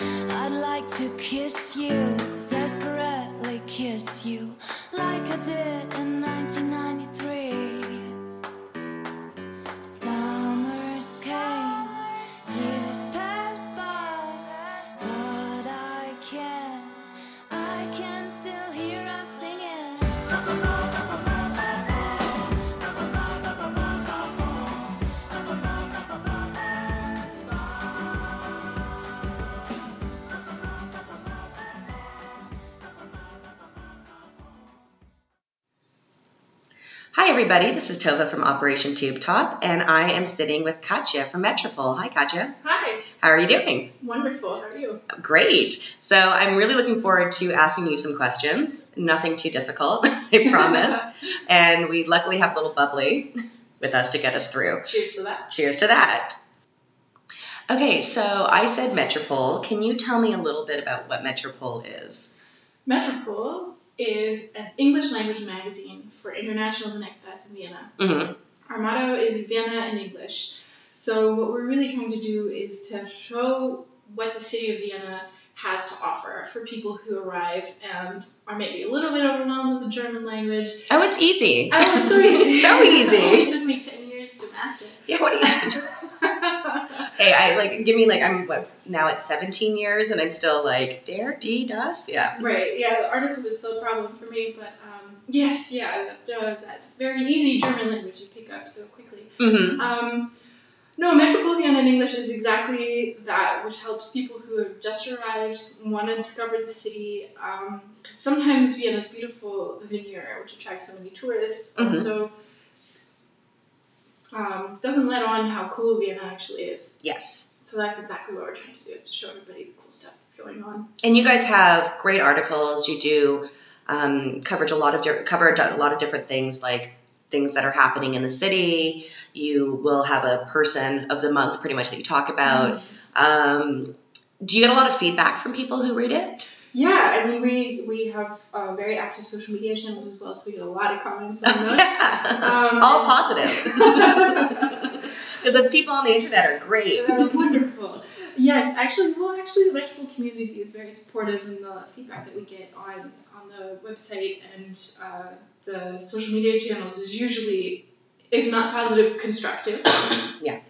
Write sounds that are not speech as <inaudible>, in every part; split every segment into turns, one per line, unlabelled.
I'd like to kiss you, desperately kiss you, like I did in 1993. Summers came, years passed by, but I can, I can still hear us singing.
Hi, everybody. This is Tova from Operation Tube Top, and I am sitting with Katya from Metropole. Hi, Katya.
Hi,
How are you doing?
wonderful. How are you?
Great. So, I'm really looking forward to asking you some questions. Nothing too difficult, <laughs> I
<laughs>
promise. and we luckily have little bubbly with us to get us through.
Cheers to that.
Cheers to that. Okay, so I said Metropole. Can you tell me a little bit about what Metropole is?
Metropole is an English language magazine for internationals and expats in Vienna.
hmm
Our motto is Vienna in English. So, what we're really trying to do is to show what the city of Vienna has to offer for people who arrive and are maybe a little bit overwhelmed with the German language.
Oh, it's easy.
Oh,
<laughs>
it's so easy.
so
it <laughs>
easy.
took me 10 years to <laughs> master.
Yeah, what do you Hey, I like give me like I'm what now at 17 years and I'm still like dare D does yeah.
Right. Yeah, the articles are still a problem for me, but um, yes, yeah, that, uh, that very easy German language to pick up so quickly.
Mm-hmm.
Um, no, Metropolitan in English is exactly that, which helps people who have just arrived want to discover the city. Um, 'cause sometimes Vienna's beautiful veneer, which attracts so many tourists,
Mhm.
also s- um, doesn't let on how cool Vienna actually is.
Yes.
So that's exactly what we're trying to do is to show everybody the cool stuff that's going on.
And you guys have great articles. You do um, coverage a lot of di- cover a lot of different things like things that are happening in the city. You will have a person of the month pretty much that you talk about. Um, do you get a lot of feedback from people who read it?
Yeah, I mean, we we have uh, very active social media channels as well, so we get a lot
<laughs>
of comments on those. Um,
All positive. <laughs> Because the people on the internet are great.
They're wonderful. Yes, actually, well, actually, the vegetable community is very supportive in the feedback that we get on on the website and uh, the social media channels is usually, if not positive, constructive.
Yeah.
Um,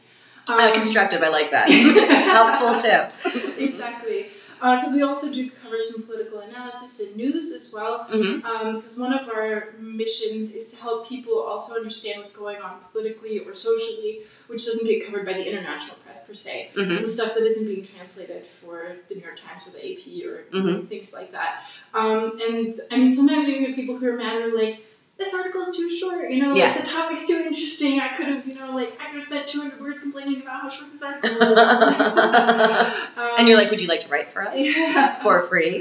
Uh, constructive, I like
<laughs>
that. Helpful tips.
exactly. Because we also do cover some political analysis and news as well.
hmm
because Um, one of our missions is to help people also understand what's going on politically or socially, which doesn't get covered by the international press per se.
Mhm.
So stuff that isn't being translated for the New York Times or the AP or
Mhm.
things like that. Um, and I mean, sometimes we get people who are mad or like, this article's too short, you know,
Yeah.
like, the topic's too interesting. I could have, you know, like, I could have spent 200 words complaining about how short
<laughs>
this article was. <laughs> Um,
And you're like, would you like to write for us?
yeah.
For free.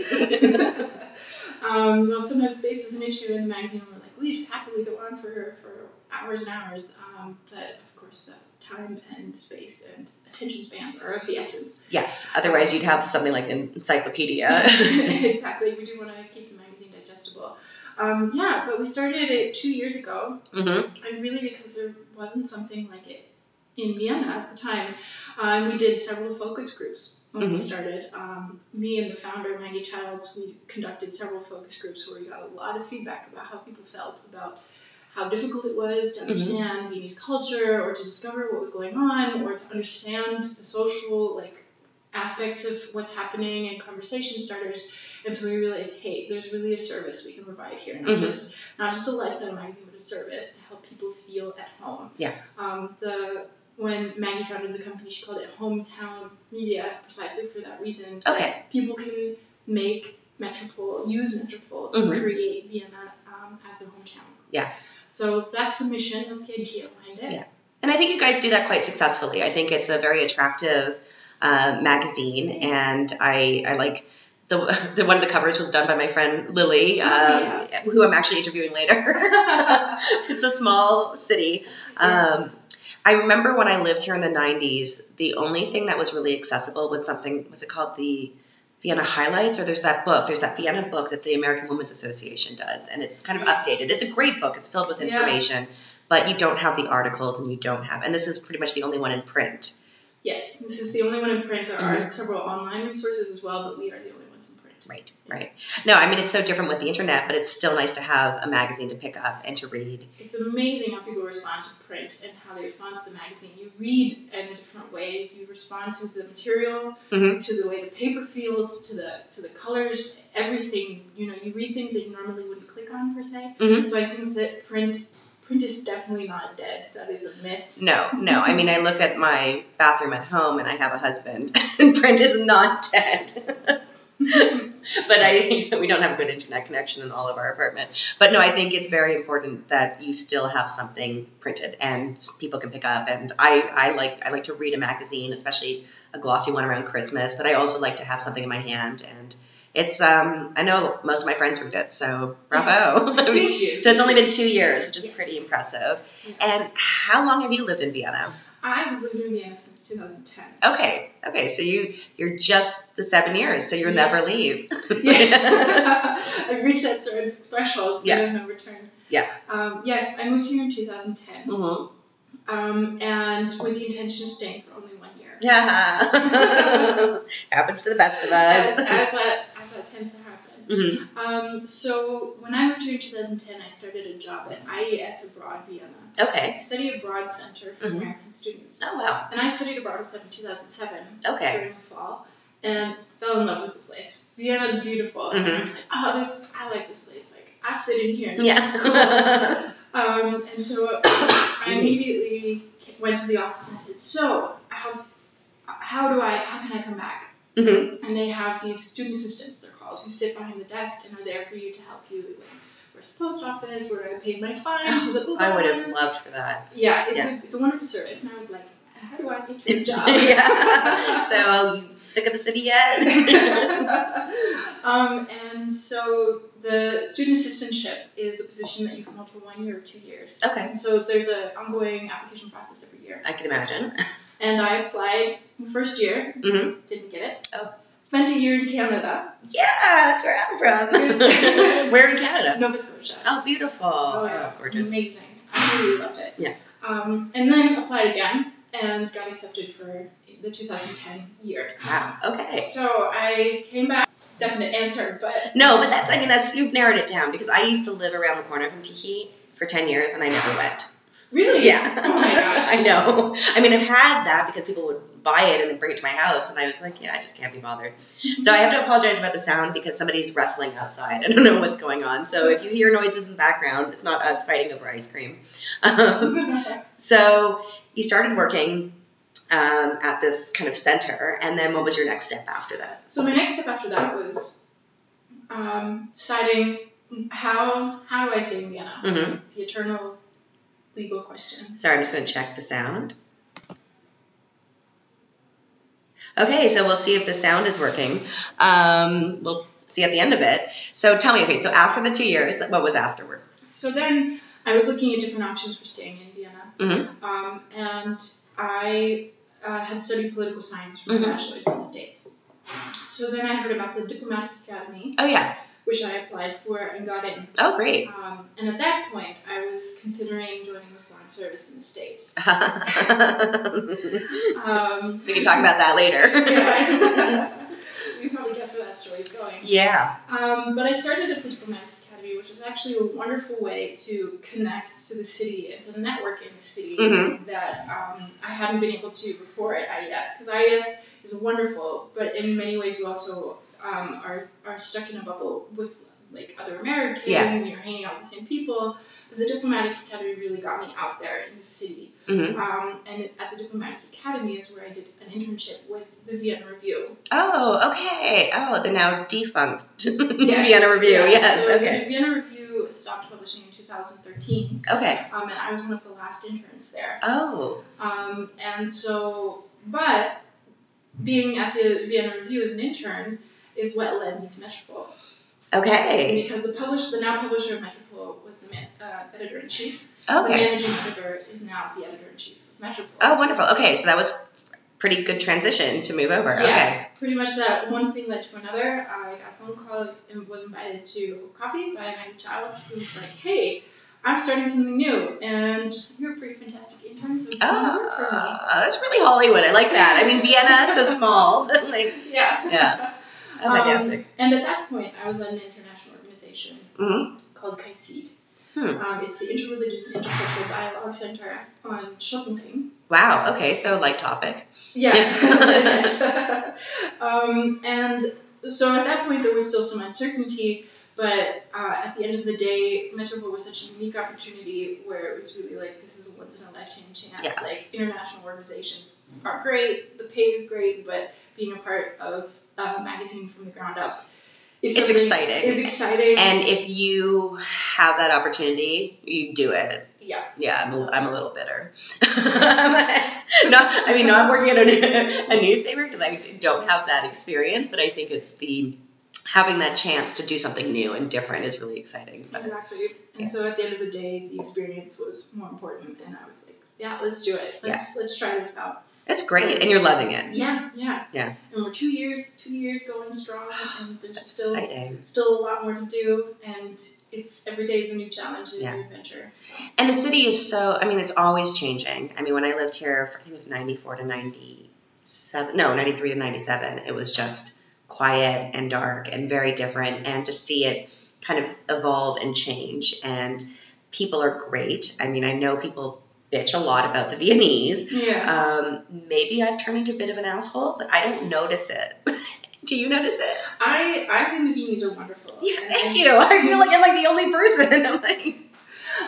um, well, sometimes space is an issue in the magazine. We're like, we'd happily go on for for hours and hours, um, but of course, uh, time and space and attention spans are of
<laughs>
the essence.
yes. Otherwise, you'd have something like an
<laughs>
encyclopedia.
exactly. We do want to keep the magazine digestible. Um, yeah, but we started it two years ago,
hmm
and really because there wasn't something like it in Vienna at the time. Um, we did several focus groups when
Mhm.
we started. Um, me and the founder, Maggie Childs, we conducted several focus groups where we got a lot of feedback about how people felt about how difficult it was to
Mhm.
understand Viennese culture or to discover what was going on or to understand the social, like, aspects of what's happening and conversation starters. And so we realized, hey, there's really a service we can provide here, not
Mhm.
just not just a lifestyle magazine, but a service to help people feel at home.
Yeah.
Um, the when Maggie founded the company, she called it hometown media precisely for that reason.
Okay.
People can make Metropole use Metropole to
Mhm.
create Vienna um, as their hometown.
Yeah.
So that's the mission. That's the idea behind it.
Yeah. And I think you guys do that quite successfully. I think it's a very attractive uh, magazine, and I, I like. The, the, one of the covers was done by my friend Lily, um,
Oh,
who I'm actually interviewing later. <laughs> it's a small city,
Yes.
Um, I remember when I lived here in the '90s, the only thing that was really accessible was something. Was it called the Vienna Highlights? Or there's that book. There's that Vienna book that the American Women's Association does, and it's kind of updated. It's a great book. It's filled with
Yeah.
information, but you don't have the articles, and you don't have. And this is pretty much the only one in print.
Yes, this is the only one in print. There are
Mhm.
several online resources as well, but we are the only ones in print.
Right, right. No, I mean, it's so different with the internet, but it's still nice to have a magazine to pick up and to read.
It's amazing how people respond to print and how they respond to the magazine. You read in a different way. You respond to the material,
Mhm.
to the way the paper feels, to the to the colors, everything. You know, you read things that you normally wouldn't click on per se.
Mhm.
So I think that print print is definitely not dead. That is a myth.
No, no. I mean, I look at my bathroom at home and I have a husband, <laughs> and print is not dead. <laughs> but I, <laughs> we don't have a good internet connection in all of our apartment. But no, I think it's very important that you still have something printed and people can pick up. And I, I like, I like to read a magazine, especially a glossy one around Christmas. But I also like to have something in my hand. And it's, um, I know most of my friends read it, so bravo. <laughs> I mean,
<laughs> Thank you.
so it's only been two years, which is
Yes.
pretty impressive.
Yeah.
And how long have you lived in Vienna?
I've lived in Vienna since 2010.
Okay, okay, so you you're just the seven years, so you'll
Yeah. Mm-hmm.
never
<laughs>
leave. <laughs>
Yes. <laughs> I've reached that sort of threshold
Yeah.
point of no return.
Yeah.
Um, yes, I moved here in 2010,
Mhm.
um, and with the intention of staying for only one year.
Yeah. <laughs> Happens to the best of
As, as,
us. <laughs>
that, as that tends to happen.
Mhm.
Um, so when I moved here in 2010, I started a job at IES Abroad Vienna. It's
Okay.
a study abroad center for
Mhm.
American students.
Oh, wow.
And I studied abroad with them in 2007
Okay.
during the fall and fell in love with the place. Vienna's beautiful. And I
Mm-hmm.
was like, oh, this, I like this place. Like, I fit in here.
<laughs>
This is cool.
Yeah.
um, and so <coughs> I
Excuse me.
immediately went to the office and I said, so how, how do I, how can I come back?
Mhm.
and they have these student assistants they're called who sit behind the desk and are there for you to help you like where's the post office where do i pay my
<laughs>
fine to the Uber.
I would have loved for that.
yeah it's, A, it's a wonderful service and i was like how do i get
<laughs>
you a job <laughs>
yeah. <laughs> So you sick of the city yet?
um, and so the student assistantship is a position that you can hold for one year or two years
okay.
and so there's an ongoing application process every year
I can imagine.
and i applied in the first year
Mhm.
didn't get it
Oh.
spent a year in canada
Yeah, that's where I'm from.
<laughs>
Where in Canada?
nova scotia
Oh, beautiful.
Oh, yeah, it's
gorgeous.
amazing. I really loved it.
Yeah.
Um, and then applied again and got accepted for the 2010 year.
Wow. Okay.
So I came back, definite answer, but
No, but that's, I mean, that's, you've narrowed it down because I used to live around the corner from Tahiti for 10 years and I never went.
really,
Yeah.
oh
<laughs>
my gosh,
I know. I mean, I've had that because people would buy it and then bring it to my house, and I was like, yeah, I just can't be bothered. So I have to apologize about the sound because somebody's wrestling outside. I don't know what's going on. So if you hear noises in the background, it's not us fighting over ice cream. <laughs> Um, so you started working um, at this kind of center, and then what was your next step after that?
<laughs> so my next step after that was um, deciding how how do I stay in Vienna?
hmm
The eternal legal question.
Sorry, I'm just going to check the sound. Okay, so we'll see if the sound is working. Um, we'll see at the end of it. So tell me, okay, so after the two years, what was afterward?
So then I was looking at different options for staying in Vienna,
Mhm.
um, and I uh, had studied political science for my
Mhm.
bachelor's in the States. So then I heard about the Diplomatic Academy,
Oh yeah.
which I applied for and got in.
Oh great. <laughs>
Um, and at that point, I was considering joining the Foreign Service in the States.
we
Um,
can talk about that later.
<laughs>
<laughs>
yeah. <laughs> you can probably guess where that story is going.
yeah.
Um, but I started at the Diplomatic Academy, which is actually a wonderful way to connect to the city. It's a network in the city
Mhm.
that um, I hadn't been able to before at E IES, because IES is wonderful, but in many ways you also um, are, are stuck in a bubble with like other Americans,
Yeah.
you're hanging out with the same people. But the Diplomatic Academy really got me out there in the city.
Mhm.
Um, and at the Diplomatic Academy is where I did an internship with the Vienna Review.
Oh, okay. Oh, the now defunct
Yes.
Vienna Review.
yeah.
Yes.
So
okay.
The Vienna Review stopped publishing in 2013,
Okay.
um, and I was one of the last interns there.
Oh.
Um, and so, but being at the Vienna Review as an intern is what led me to Metropole
Okay.
because the publisher, the now publisher of Metropole, was the man, uh, editor in chief. The
Okay.
managing editor is now the editor in chief of Metropole.
Oh, wonderful. Okay, so that was pretty good transition to move over.
Yeah.
Okay.
Pretty much that one thing led to another. I got a phone call and was invited to coffee by Maggie Childs, who was like, hey, I'm starting something new, and you're a pretty fantastic intern, so you can work for me.
Oh, that's really Hollywood. I like that. I mean, Vienna is so small. <laughs> like,
Yeah. <laughs>
Yeah. oh,
Um,
fantastic.
and at that point, I was at an international organization
Mhm.
called CAICID.
Hmm.
Um, it's the Interreligious and Intercultural Dialogue Center on Schottenping.
Wow. Okay. So, like, topic.
Yeah. <laughs>
Yeah. <laughs>
Yes. um, and so at that point, there was still some uncertainty, but uh, at the end of the day, Metropole was such a unique opportunity where it was really like this is a once in a lifetime chance.
Yeah.
Like international organizations are great, the pay is great, but being a part of a magazine from the ground up is
It's
something-
exciting.
Is exciting.
And if you have that opportunity, you do it.
yeah,
Yeah, I'm a, I'm a little bitter. <laughs> no, I mean, no, I'm working at a, a newspaper because I don't have that experience, but I think it's the having that chance to do something new and different is really exciting. But-
exactly. And
Yeah.
so at the end of the day, the experience was more important, and I was like, yeah, let's do it. Let's let's try this out.
It's great, and you're loving it.
Yeah, yeah,
Yeah.
And we're two years, two years going strong, and there's still
Exciting.
still a lot more to do, and it's every day is a new challenge and a
Yeah.
new adventure. So,
And the city is so, I mean, it's always changing. I mean, when I lived here, I think it was 94 to 97, no, 93 to 97, it was just quiet and dark and very different. And to see it kind of evolve and change, and people are great. I mean, I know people bitch a lot about the Viennese.
yeah.
Um, maybe I've turned into a bit of an asshole, but I don't notice it. <laughs> Do you notice it?
I I think the beanies are wonderful.
Uh, <laughs> Yeah,
and
thank you. I feel like I'm like the only person. <laughs> I'm like,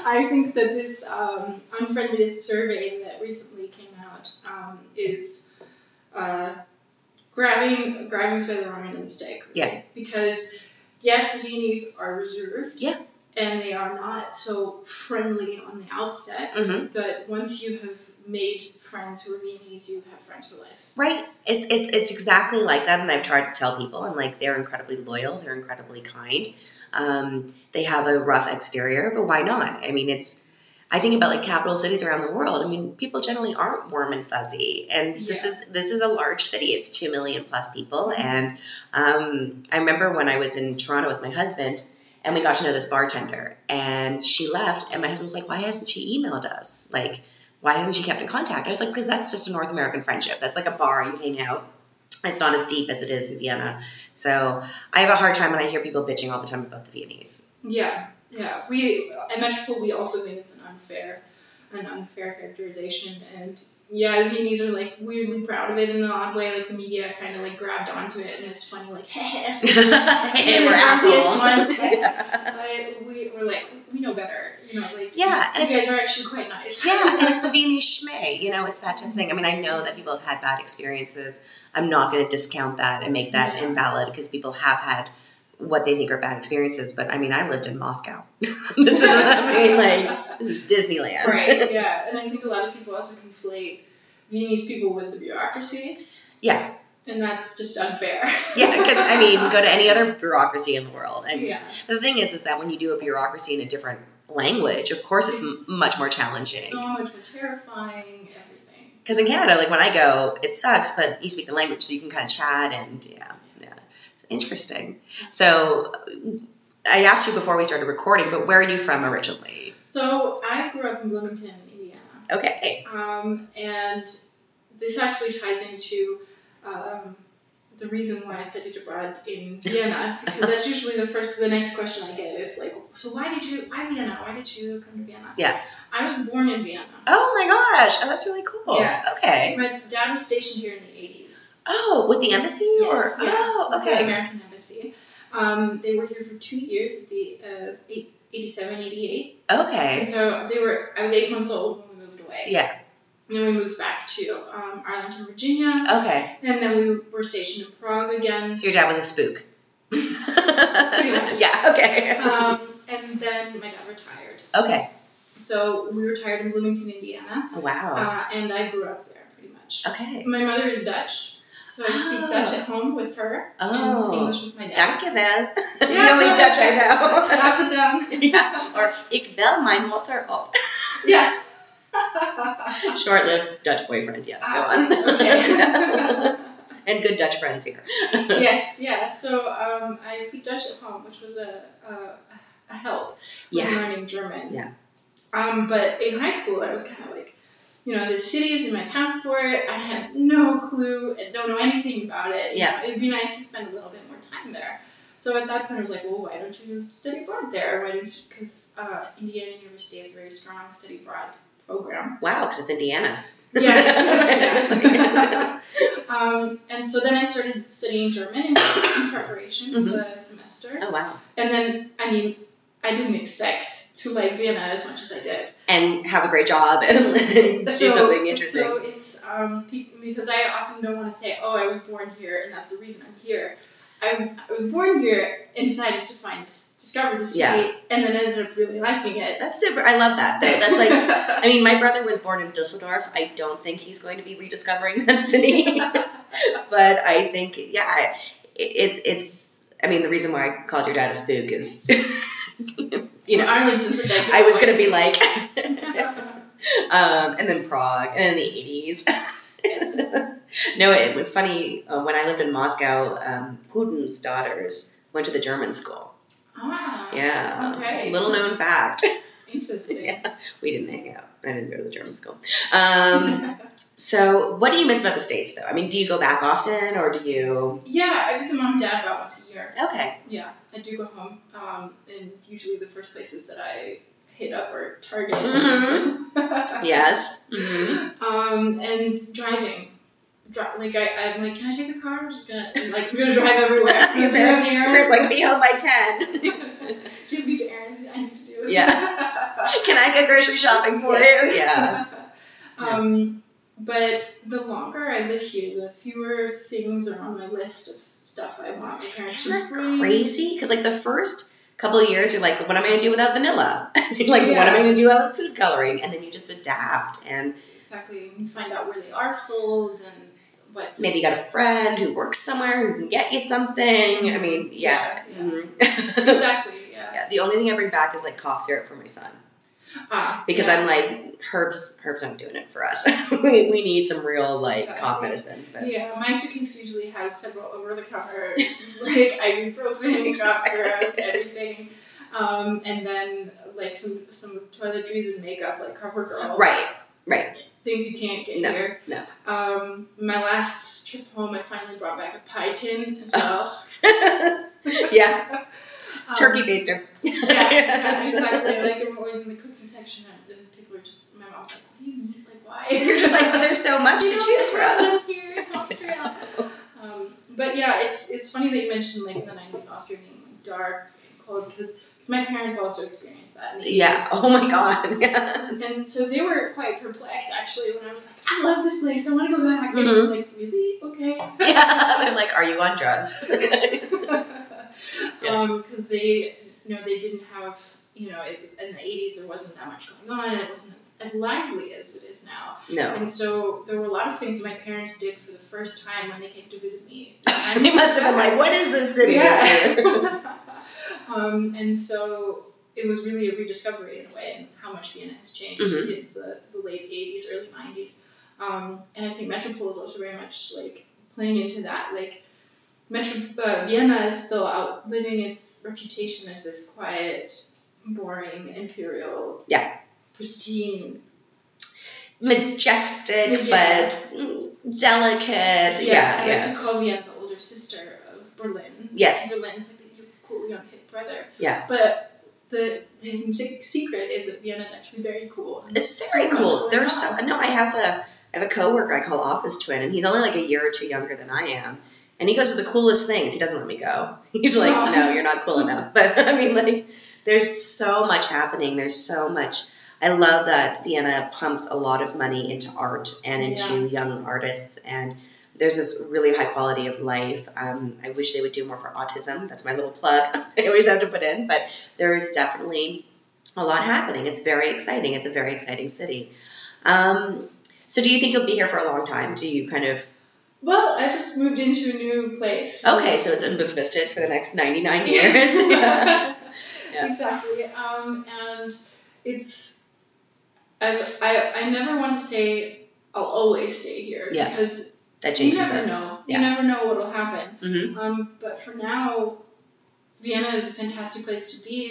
I think that this um, unfriendliest survey that recently came out um, is uh, grabbing grabbing us by the wrong end of the stick.
Yeah.
Because yes, the Viennese are reserved.
Yeah.
And they are not so friendly on the outset.
Mhm.
But once you have made friends who are Viennese, you have friends for life.
Right. It, it's it's exactly like that, and I've tried to tell people, and like they're incredibly loyal, they're incredibly kind. Um, they have a rough exterior, but why not? I mean, it's. I think about like capital cities around the world. I mean, people generally aren't warm and fuzzy, and this
Yeah.
is this is a large city. It's two million plus people, and um, I remember when I was in Toronto with my husband, and we got to know this bartender, and she left, and my husband was like, "Why hasn't she emailed us? Like, why hasn't she kept in contact?" I was like, "Because that's just a North American friendship. That's like a bar you hang out. It's not as deep as it is in Vienna." So I have a hard time when I hear people bitching all the time about the Viennese. <laughs>
Yeah, yeah. We at Metropole we also think it's an unfair, an unfair characterization, and yeah, the Viennese are like weirdly proud of it in an odd way. Like the media kind of like grabbed onto it, and it's funny, like <laughs> heh.
and
the
we're <laughs> assholes.
obvious ones. But we we're like we know better, you know. Like
Yeah,
you
and it's-
guys are actually quite nice.
Yeah,
<laughs>
and it's the Viennese schmee, you know, it's that type of thing. I mean, I know that people have had bad experiences. I'm not going to discount that and make that
Yeah.
invalid because people have had what they think are bad experiences. But I mean, I lived in Moscow. <laughs> this is, I mean, like, this is Disneyland.
<laughs> right. Yeah, and I think a lot of people also conflate Viennese people with the bureaucracy,
<laughs> Yeah,
and that's just unfair.
yeah, because I mean, go to any other bureaucracy in the world. I mean,
<laughs> yeah.
The thing is, is that when you do a bureaucracy in a different language, of course, it's
It's-
m- much more challenging.
So much more terrifying, everything.
Because in Canada, like when I go, it sucks, but you speak the language, so you can kind of chat and yeah, yeah. It's interesting. So I asked you before we started recording, but where are you from originally?
So I grew up in Bloomington, Indiana,
Okay.
um, and this actually ties into um, the reason why I studied abroad in Vienna, because that's usually the first, the next question I get is like, so why did you, why Vienna? Why did you come to Vienna?
Yeah.
I was born in Vienna.
Oh my gosh. Oh, that's really cool.
Yeah.
Okay.
My dad was stationed here in the eighties.
Oh, with the embassy
Yes,
or
yeah,
oh,
The
okay.
American embassy. Um, they were here for two years, the uh, eight- 87, 88. And
Okay.
so they were. I was eight months old when we moved away.
Yeah.
And then we moved back to um, Arlington, Virginia,
Okay.
and then we were stationed in Prague again.
So your dad was a spook.
much.
<laughs> Yeah. Okay.
Um, and then my dad retired.
okay.
So we retired in Bloomington, Indiana,
Wow.
uh, and I grew up there pretty much.
okay.
My mother is Dutch, so I speak
Oh.
Dutch at home with her and
Oh.
um, English with my
<laughs>
dad.
Danke wel. It's the only
<laughs>
Dutch I know.
Graag gedaan.
yeah. <laughs> Or ik bel mijn motor op. <laughs>
Yeah.
Short-lived Dutch boyfriend. Yes, go
Ah, <laughs>
on.
okay.
<laughs> and good Dutch friends
<laughs>
here.
yes, yeah. So um, I speak Dutch at home, which was a, a, a help
Yeah.
when learning German.
Yeah.
Um, but in high school, I was kind of like, you know, the city is in my passport. I had no clue and don't know anything about it. You
Yeah.
know, it'd be nice to spend a little bit more time there. So at that point, I was like, well, why don't you study abroad there? Why don't you? Because uh, Indiana University has a very strong study abroad program.
Wow, because it's Indiana.
Yeah. yes, yeah. um, and so then I started studying German in preparation for the semester.
<laughs> Oh wow.
And then, I mean, I didn't expect to like Vienna as much as I did.
And have a great job and <laughs> do something interesting.
So it's um, pe- because I often don't want to say, oh, I was born here and that's the reason I'm here. I was I was born here and decided to find this- discover the city
Yeah.
and then ended up really liking it.
That's super. I love that. That- That's like.
<laughs>
I mean, my brother was born in Dusseldorf. I don't think he's going to be rediscovering <laughs> that city,
<laughs>
but I think yeah, I- it's it's. I mean, the reason why I called your dad a spook is, <laughs> you know,
I was
I was gonna be like, <laughs>
like.
um, and then Prague, and then the eighties. <laughs> No, it was funny uh, when I lived in Moscow. Um, Putin's daughters went to the German school.
<laughs> ah,
Yeah,
Okay.
little known fact.
Interesting.
Yeah. We didn't hang out. I didn't go to the German school. <laughs> Um, So, what do you miss about the states, though? I mean, do you go back often, or do you?
<laughs> yeah, I visit mom and dad about once a year.
Okay.
Yeah, I do go home, um, and usually the first places that I hit up are Target.
Mhm. Yes.
Um, and driving. Dri- like I, I'm like, can I take the car? I'm just gonna I'm like, I'm gonna drive
<laughs>
everywhere. I'm gonna
Your
do have any
parents
errands.
like be home by
<laughs>
ten.
do you have any errands I need to do? <laughs>
Yeah. Can I go grocery shopping for you? Yeah.
Um, but the longer I live here, the fewer things are on my list of stuff I want my parents
Isn't
to
that
bring.
crazy? Because like the first couple of years, you're like, what am I gonna do without vanilla? <laughs> like, what am
Yeah.
I gonna do without food coloring? And then you just adapt, and
Exactly. And you find out where they are sold and what.
maybe you got a friend who works somewhere who can get you something. I mean, yeah.
Yeah,
<laughs>
yeah.
Mhm.
Exactly. Yeah.
yeah. The only thing I bring back is like cough syrup for my son.
Ah,
because
yeah.
I'm like herbs. Herbs aren't doing it for us. <laughs> we, we need some real like
Exactly.
cough medicine. But
Yeah, my suitcase usually has several over the counter, <laughs> like
<laughs>
ibuprofen, cough syrup, everything. Um, and then like some some toiletries and makeup, like CoverGirl.
right, <laughs>
Things you can't get
No,
here.
no.
Um, my last trip home, I finally brought back a pie tin as well.
<laughs> yeah,
Um,
turkey baster. <laughs>
Yeah, yeah, exactly. Like I'm always in the cooking section, and, and people are just my mom's like, "What do you mean? Like why?" <laughs>
You're just like, but there's so much to
You know,
choose from.
live here in Austria. um, but yeah, it's it's funny that you mentioned like the nineties Austria being like, dark and cold because my parents also experienced that. In the
Yeah.
80s.
Oh my god. <laughs> Yeah.
And so they were quite perplexed actually when I was like, I love this place, I want to go back. And
Mhm.
they're like, really? Okay.
yeah. They're like, are you on drugs? <laughs>
<laughs>
Yeah.
um, because they, you know, they didn't have, you know, it, in the eighties there wasn't that much going on, and it wasn't as lively as it is now.
no.
And so there were a lot of things my parents did for the first time when they came to visit me.
<laughs> they must have been like, what is this city?
yeah. <laughs> um, and so it was really a rediscovery in a way and how much Vienna has changed
Mhm.
since the, the late 80s, early 90s. Um, and I think Metropole is also very much like playing into that. Like Metro uh, Vienna is still outliving its reputation as this quiet, boring, imperial,
Yeah.
pristine
<laughs> Majestic,
Yeah.
but mm, delicate. Yeah. Yeah.
I like to call Vienna the older sister of Berlin.
Yes.
Berlin's like the cool young hip brother.
Yeah.
But the hidden se- secret is that Vienna's actually very cool. and
It's
there's
very
so much
cool.
going
There's
on.
so no. I have a I have a coworker I call Office Twin, and he's only like a year or two younger than I am. And he goes to the coolest things. He doesn't let me go. <laughs> He's like,
Aw.
no, you're not cool enough. <laughs> But I mean, like, there's so much happening. There's so much. I love that Vienna pumps a lot of money into art and into young artists, and there's this really high quality of life. Um, I wish they would do more for autism. That's my little plug. <laughs> I always have to put in, but there is definitely a lot happening. It's very exciting. It's a very exciting city. Um, so, do you think you'll be here for a long time? Do you kind of
Well, I just moved into a new place.
okay?
<laughs>
So it's unbefisted for the next ninety nine years. <laughs> Yeah. Yeah.
Exactly. Um, and it's I, I I never want to say I'll always stay here
Yeah.
because
That
you
changes
never
it. Mm-hmm.
know.
Yeah.
You never know what'll happen.
hmm
Um, but for now, Vienna is a fantastic place to be.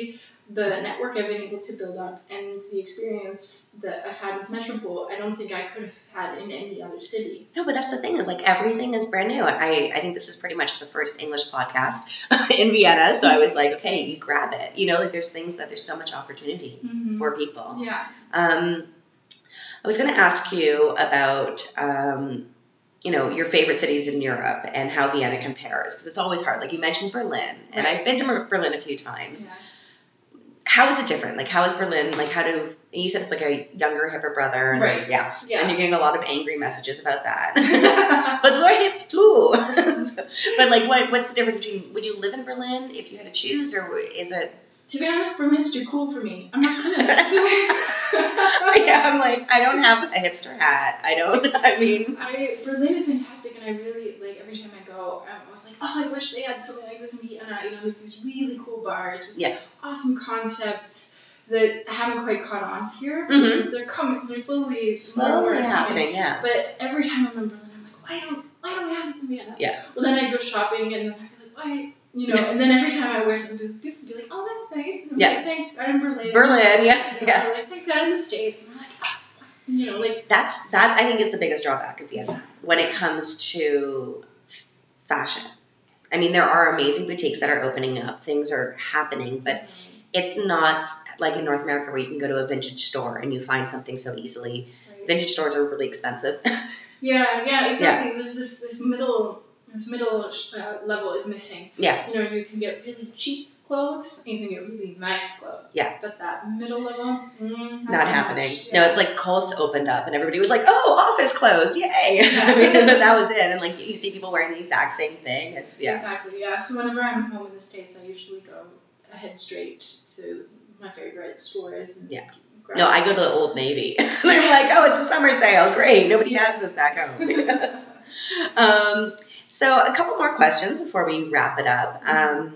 The network I've been able to build up and the experience that I've had with Metropole, I don't think I could have had in any other city.
No, but that's the thing is like everything is brand new. I, I think this is pretty much the first English podcast <laughs> in Vienna. So I was like, okay, you grab it. You know, like there's things that there's so much opportunity for people.
Mm-hmm. Yeah.
Um, I was going to ask you about, um, you know, your favorite cities in Europe and how Vienna compares because it's always hard. Like you mentioned Berlin, and
Right.
I've been to Mer- Berlin a few times.
yeah.
How is it different? Like how is Berlin? Like how do you said it's like a younger, hipper brother? and-
Right.
Yeah. And
Yeah.
you're getting a lot of angry messages about
<laughs>
that. but we're hip too. <laughs> So- but like, what, what's the difference between? Would you live in Berlin if you had to choose, or is it? <laughs>
to be honest, Berlin's too cool for me. I'm not gonna.
Yeah, I'm like, I don't have a hipster hat. I don't. <laughs> I mean,
I Berlin is fantastic, and I really like every time I go. I'm always like, oh, I wish they had something like this in Vienna. You know, like these really cool bars with
Yeah.
awesome concepts that haven't quite caught on here.
Mhm.
They're coming. They're slowly,
slowly
coming.
happening. Oh, Yeah.
But every time I'm in Berlin, I'm like, why don't why don't we have this in Vienna?
Yeah.
Well, then I go shopping, and then I'm like, why? You know, and then every time I wear something, people be like, oh, that's nice. And I'm
Yeah.
like, thanks, God in Berlin.
Berlin, yeah,
You know,
yeah.
or like, thanks, God in the States. And I'm like, ah, you know, like,
That's that. I think is the biggest drawback of Vienna when it comes to f- fashion. I mean, there are amazing boutiques that are opening up. Things are happening, but it's not like in North America where you can go to a vintage store and you find something so easily.
right.
Vintage stores are really expensive. <laughs>
Yeah, yeah, exactly. There's this this middle this middle uh, level is missing.
Yeah.
You know, you can get really cheap clothes, and you can get really nice clothes.
Yeah.
But that middle level, mm, not,
not
so
happening.
much.
No, it's like Kohl's opened up and everybody was like, "Oh, office closed, yay!" <laughs> I mean, but that was it. And like you see people wearing the exact same thing. It's yeah,
Exactly. Yeah. So whenever I'm home in the states, I usually go I head straight to my favorite stores. And
Yeah.
grab
no. I go to the Old Navy. <laughs> They're like, "Oh, it's a summer sale, great. Nobody has this back home." <laughs> um, so a couple more questions before we wrap it up. Um,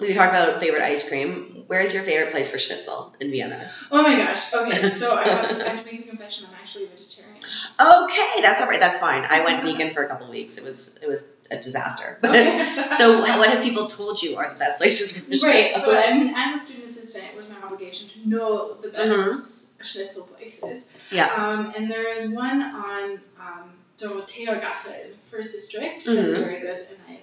we talked about favorite ice cream. Where's your favorite place for schnitzel in Vienna?
<laughs> oh my gosh. Okay. So I have to, I have to make a confession. I'm actually
<laughs>
a vegetarian.
Okay, that's all right. That's fine. I went vegan for a couple weeks. It was it was a disaster. <laughs>
Okay.
so what have people told you are the best places for schnitzel?
Right, so I mean, as a student assistant, it was my obligation to know the best schnitzel places.
Mm-hmm. Yeah.
Um, and there is one on um, Dorotheagasse in First District that
Mm-hmm.
is very good, and I,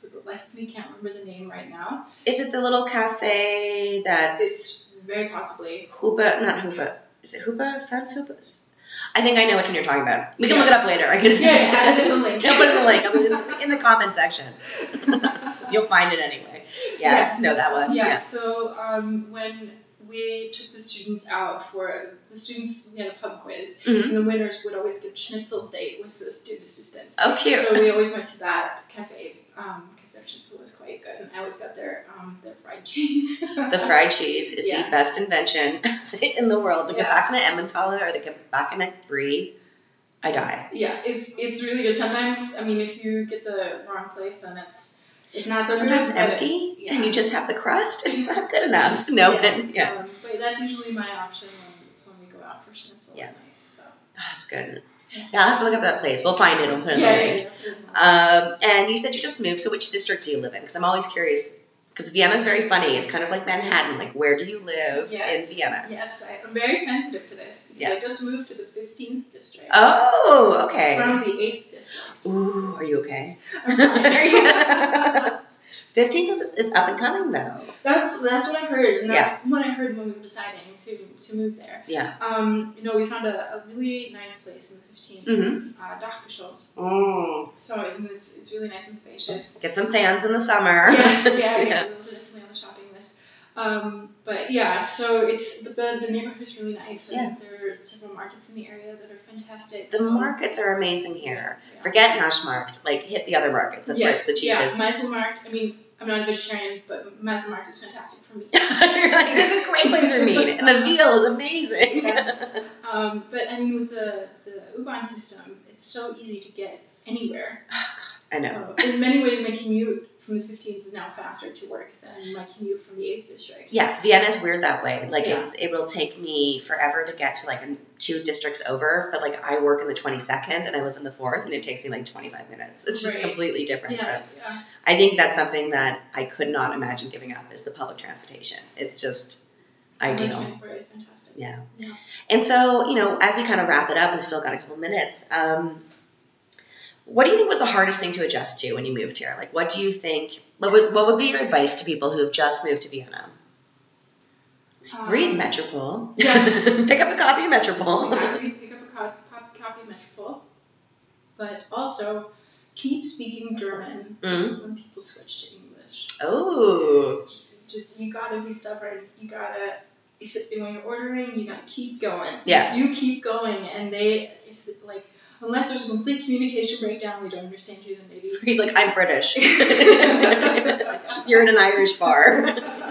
for the life of me, can't remember the name right now.
Is it the little cafe that's
It's
<laughs>
very possibly.
Hoopa? Not Hoopa. Is it Hoopa? Franz Hoopa? I think I know which one you're talking about. We can look it up later. I can.
Yeah, yeah, add it in the
<laughs>
link.
I'll put it in the link. I'll put it in- in the comment section. You'll find it anyway. Yes. No, that one.
<laughs> yeah, so um, when we took the students out for the students we had a pub quiz,
Mhm.
and the winners would always get schnitzel date with the student assistant.
Oh, cute.
So we always went to that cafe because their schnitzel was quite good, and I always got their um, their fried cheese.
<laughs> the fried cheese is
Yeah.
the best invention <laughs> in the world. The
Yeah.
Kabakana Emmentaler or the Kabakana Brie, I die.
<laughs> Yeah, it's it's really good. Sometimes, I mean, if you get the wrong place, then it's it's not so
Sometimes
good. but-
empty,
yeah.
and you just have the crust. It's not good enough. No,
yeah,
but yeah.
Um, but that's usually my option when, when we go out for schnitzel
Yeah.
at night.
Oh, that's good.
Yeah.
Yeah, I'll have to look up that place. We'll find it. We'll put
So.
it in
Yeah,
the
yeah,
link.
yeah.
Um, and you said you just moved, so which district do you live in? Because I'm always curious. Because Vienna's very funny. It's kind of like Manhattan. Like, where do you live
Yes.
in Vienna?
Yes, I, I'm very sensitive to this because
Yeah.
I just moved to the 15th district
Oh, okay.
from the 8th district. <laughs>
Ooh, <laughs> are you okay?
I'm fine.
<laughs> Fifteenth is, is up and coming though.
That's that's what I heard, and that's what I heard when we were deciding to to move there.
Yeah.
Um, you know, we found a, a really nice place in the 15th,
Mm-hmm.
uh, Dachgeschoss.
Mm.
So I think it's, it's really nice and spacious.
Get some fans in the summer.
yes,
<laughs>
yeah, yeah, those are definitely on the shopping list. Um, but yeah, so it's the, the, the neighborhood is really nice, and there are several markets in the area that are fantastic.
The
so,
markets are amazing here.
yeah.
Forget Nashmarkt. Like, hit the other markets. That's
yes,
where it's the cheapest.
Yeah, Meiselmarkt. I mean, I'm not a vegetarian, but Meiselmarkt is fantastic for me.
<laughs> You're like, this is a great place for meat, and the veal is amazing.
Um, but I mean, with the the U-Bahn system, it's so easy to get anywhere.
<laughs> I know.
So in many ways, my commute from the 15th is now faster to work than my commute from the 8th district.
Yeah, Vienna's weird that way. Like
Yeah.
it's it will take me forever to get to like an- two districts over, but like I work in the 22nd and I live in the 4th and it takes me like 25 minutes. It's just
Right.
completely different.
Yeah,
But
yeah.
I think that's something that I could not imagine giving up is the public transportation. It's just
Public
ideal.
transport is fantastic.
Yeah.
Yeah.
And so, you know, as we kind of wrap it up, we've still got a couple minutes. Um, what do you think was the hardest thing to adjust to when you moved here? Like, what do you think? What would, what would be your advice to people who have just moved to Vienna?
Um,
Read Metropole.
Yes.
<laughs> Pick up a copy of Metropole.
Exactly. Pick up a co- pop- copy of Metropole, but also keep speaking German
<laughs> Mm.
when people switch to English.
Oh,
Just, just you gotta be stubborn. You gotta if when you're ordering, you gotta keep going.
Yeah.
You keep going, and they if like unless there's a complete communication breakdown, we don't understand you. Then maybe.
<laughs> he's like, I'm
<laughs>
British. You're in an Irish
<laughs>
bar. <laughs>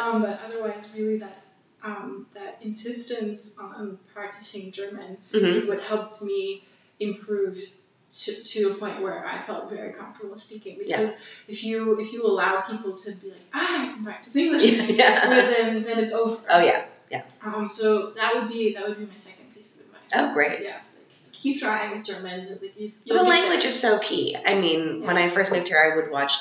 Um, but otherwise, really that. Um, that insistence on practicing German
Mhm.
is what helped me improve to, to a point where I felt very comfortable speaking. Because if you if you allow people to be like, ah, I can practice English,
Yeah.
well, then then it's over.
Oh yeah.
Um, so that would be that would be my second piece of advice.
Oh, great.
Yeah, like, keep trying with German. Like, you,
The language is so key. I mean, when I first moved here, I would watch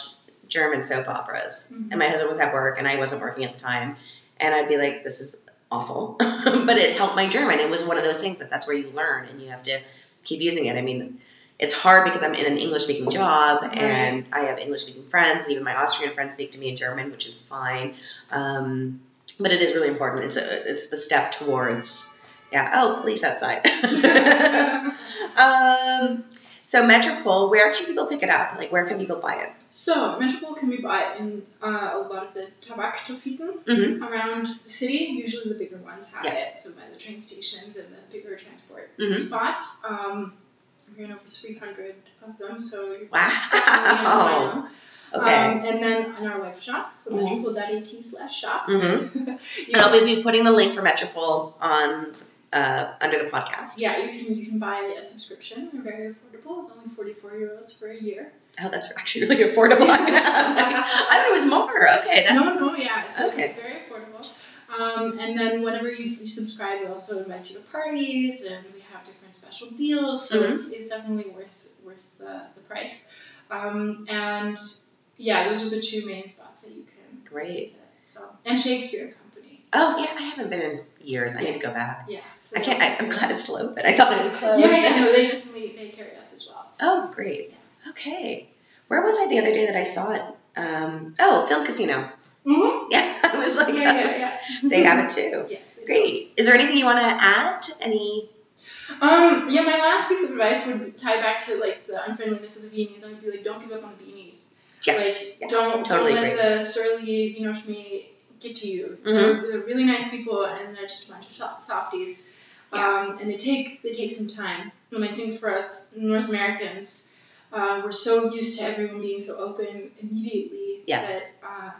German soap operas.
Mm-hmm.
and my husband was at work and I wasn't working at the time and I'd be like this is awful <laughs> but it helped my German it was one of those things that that's where you learn and you have to keep using it I mean it's hard because I'm in an English speaking job and I have English speaking friends and even my Austrian friends speak to me in German which is fine um, but it is really important it's a, it's the step towards yeah oh police outside um, so Metropole where can people pick it up like where can people buy
<laughs> so Metropole can be bought in uh, a lot of the Tabaktofiken
Mhm.
around the city. Usually the bigger ones have
Yeah.
it, so by the train stations and the bigger transport
it Mhm.
spots. Um, we ran over 300 of them, so
<laughs>
you're definitely gonna find
wow <laughs>
them.
Oh, okay
Um, and then on our web shop, so
Mhm.
metropole.at slash shop.
hmm
you <laughs>
And I'll be putting the link for Metropole on uh, under the podcast.
Yeah, you can you can buy a subscription. They're very affordable. It's only forty four euros for a year.
Oh, that's actually really affordable. <laughs> I thought it was more. Okay, that's
no, no, yeah, it's,
Okay.
it's very affordable. Um, and then whenever you, you subscribe, we also invite you to parties, and we have different special deals. So
Mhm.
it's, it's definitely worth worth the, the price. Um, and yeah, those are the two main spots that you can
great.
get. So and Shakespeare and Company.
Oh yeah, I haven't been in years. I need to go back.
Yeah. So
I can't. I, I'm glad
those-
it's still open. I thought it would close.
Yeah, yeah, no, they definitely they carry us as well.
Oh great. Okay. Where was I the other day that I saw it? Um, oh, Film Casino. <laughs>
Mhm.
Yeah, I was like,
Yeah, yeah, yeah.
<laughs> they have it too.
<laughs> Yes. they do.
Great. Is there anything you want to add? Any?
Um, yeah, my last piece of advice would tie back to like the unfriendliness of the beanies. I would be like, don't give up on the beanies.
Yes.
Like,
Yeah.
don't
totally
don't let
agree. Mm-hmm.
the surly, you know, me get to you. They're, they're really nice people, and they're just a bunch of so- softies. Um, and they take they take some time. And I think for us North Americans, uh, we're so used to everyone being so open immediately
Yeah.
that uh,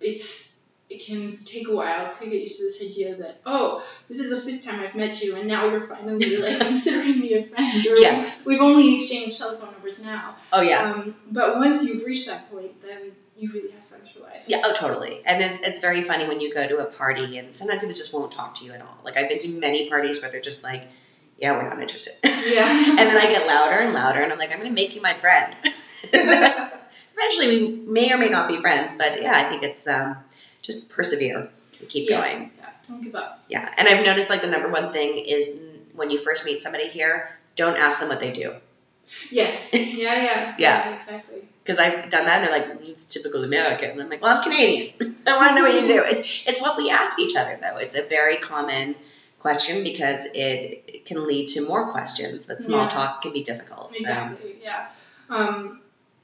it's it can take a while to get used to this idea that oh this is the first time I've met you and now you're finally like <laughs> considering me a friend or
Yeah.
we've only exchanged telephone numbers now.
Oh yeah.
Um, but once you've reached that point, then you really have friends for life.
Yeah, oh, totally. And it's, it's very funny when you go to a party and sometimes people just won't talk to you at all. Like, I've been to many parties where they're just like, yeah, we're not interested. <laughs>
Yeah.
and then
<laughs>
I get louder and louder and I'm like, I'm going to make you my friend. <laughs> Eventually, we may or may not be friends, but yeah, I think it's um, just persevere and keep
Yeah.
going.
Yeah, don't give up.
Yeah. And I've noticed like the number one thing is n- when you first meet somebody here, don't ask them what they do.
Yes. Yeah, yeah.
<laughs> Yeah.
exactly.
because I've done that, and they're like, "Mm, it's typical American. And I'm like, well, I'm Canadian. <laughs> I want to know what you do. It's, it's what we ask each other, though. It's a very common question because it, it can lead to more questions, but small
Yeah.
talk can be difficult. So.
Exactly. Yeah. Um,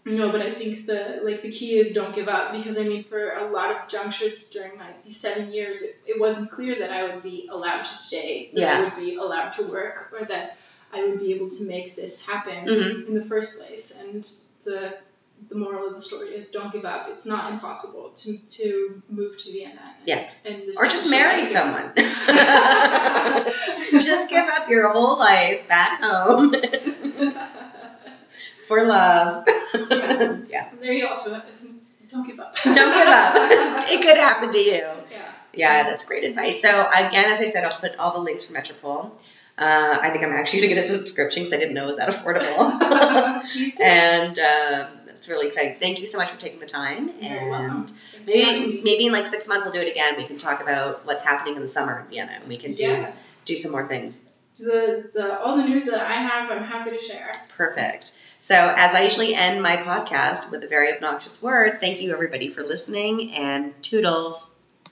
no, but I think the like the key is don't give up because I mean for a lot of junctures during my these seven years it, it wasn't clear that I would be allowed to stay, that I
Yeah.
would be allowed to work, or that I would be able to make this happen
Mhm.
in the first place. And the the moral of the story is don't give up. It's not impossible to to move to Vienna. And,
Yeah.
And
Or just
establish a
marry
life. <laughs>
someone. <laughs> just give up your whole life back home <laughs> for love. <laughs> yeah.
And there you also don't give up.
Don't give <laughs>
<laughs>
up. it could happen to you.
yeah.
Yeah, that's great advice. So again, as I said, I'll put all the links for Metropole. Uh, I think I'm actually going to get a subscription because I didn't know it was that affordable. <laughs>
Please do.
and um, it's really exciting. Thank you so much for taking the time.
You're welcome.
And
Thanks for having
maybe,
me.
maybe in like six months we'll do it again. We can talk about what's happening in the summer in Vienna, and we can do
yeah.
do some more things.
The, the, all the news that I have, I'm happy to share.
Perfect. So as I usually end my podcast with a very obnoxious word, thank you everybody for listening and toodles.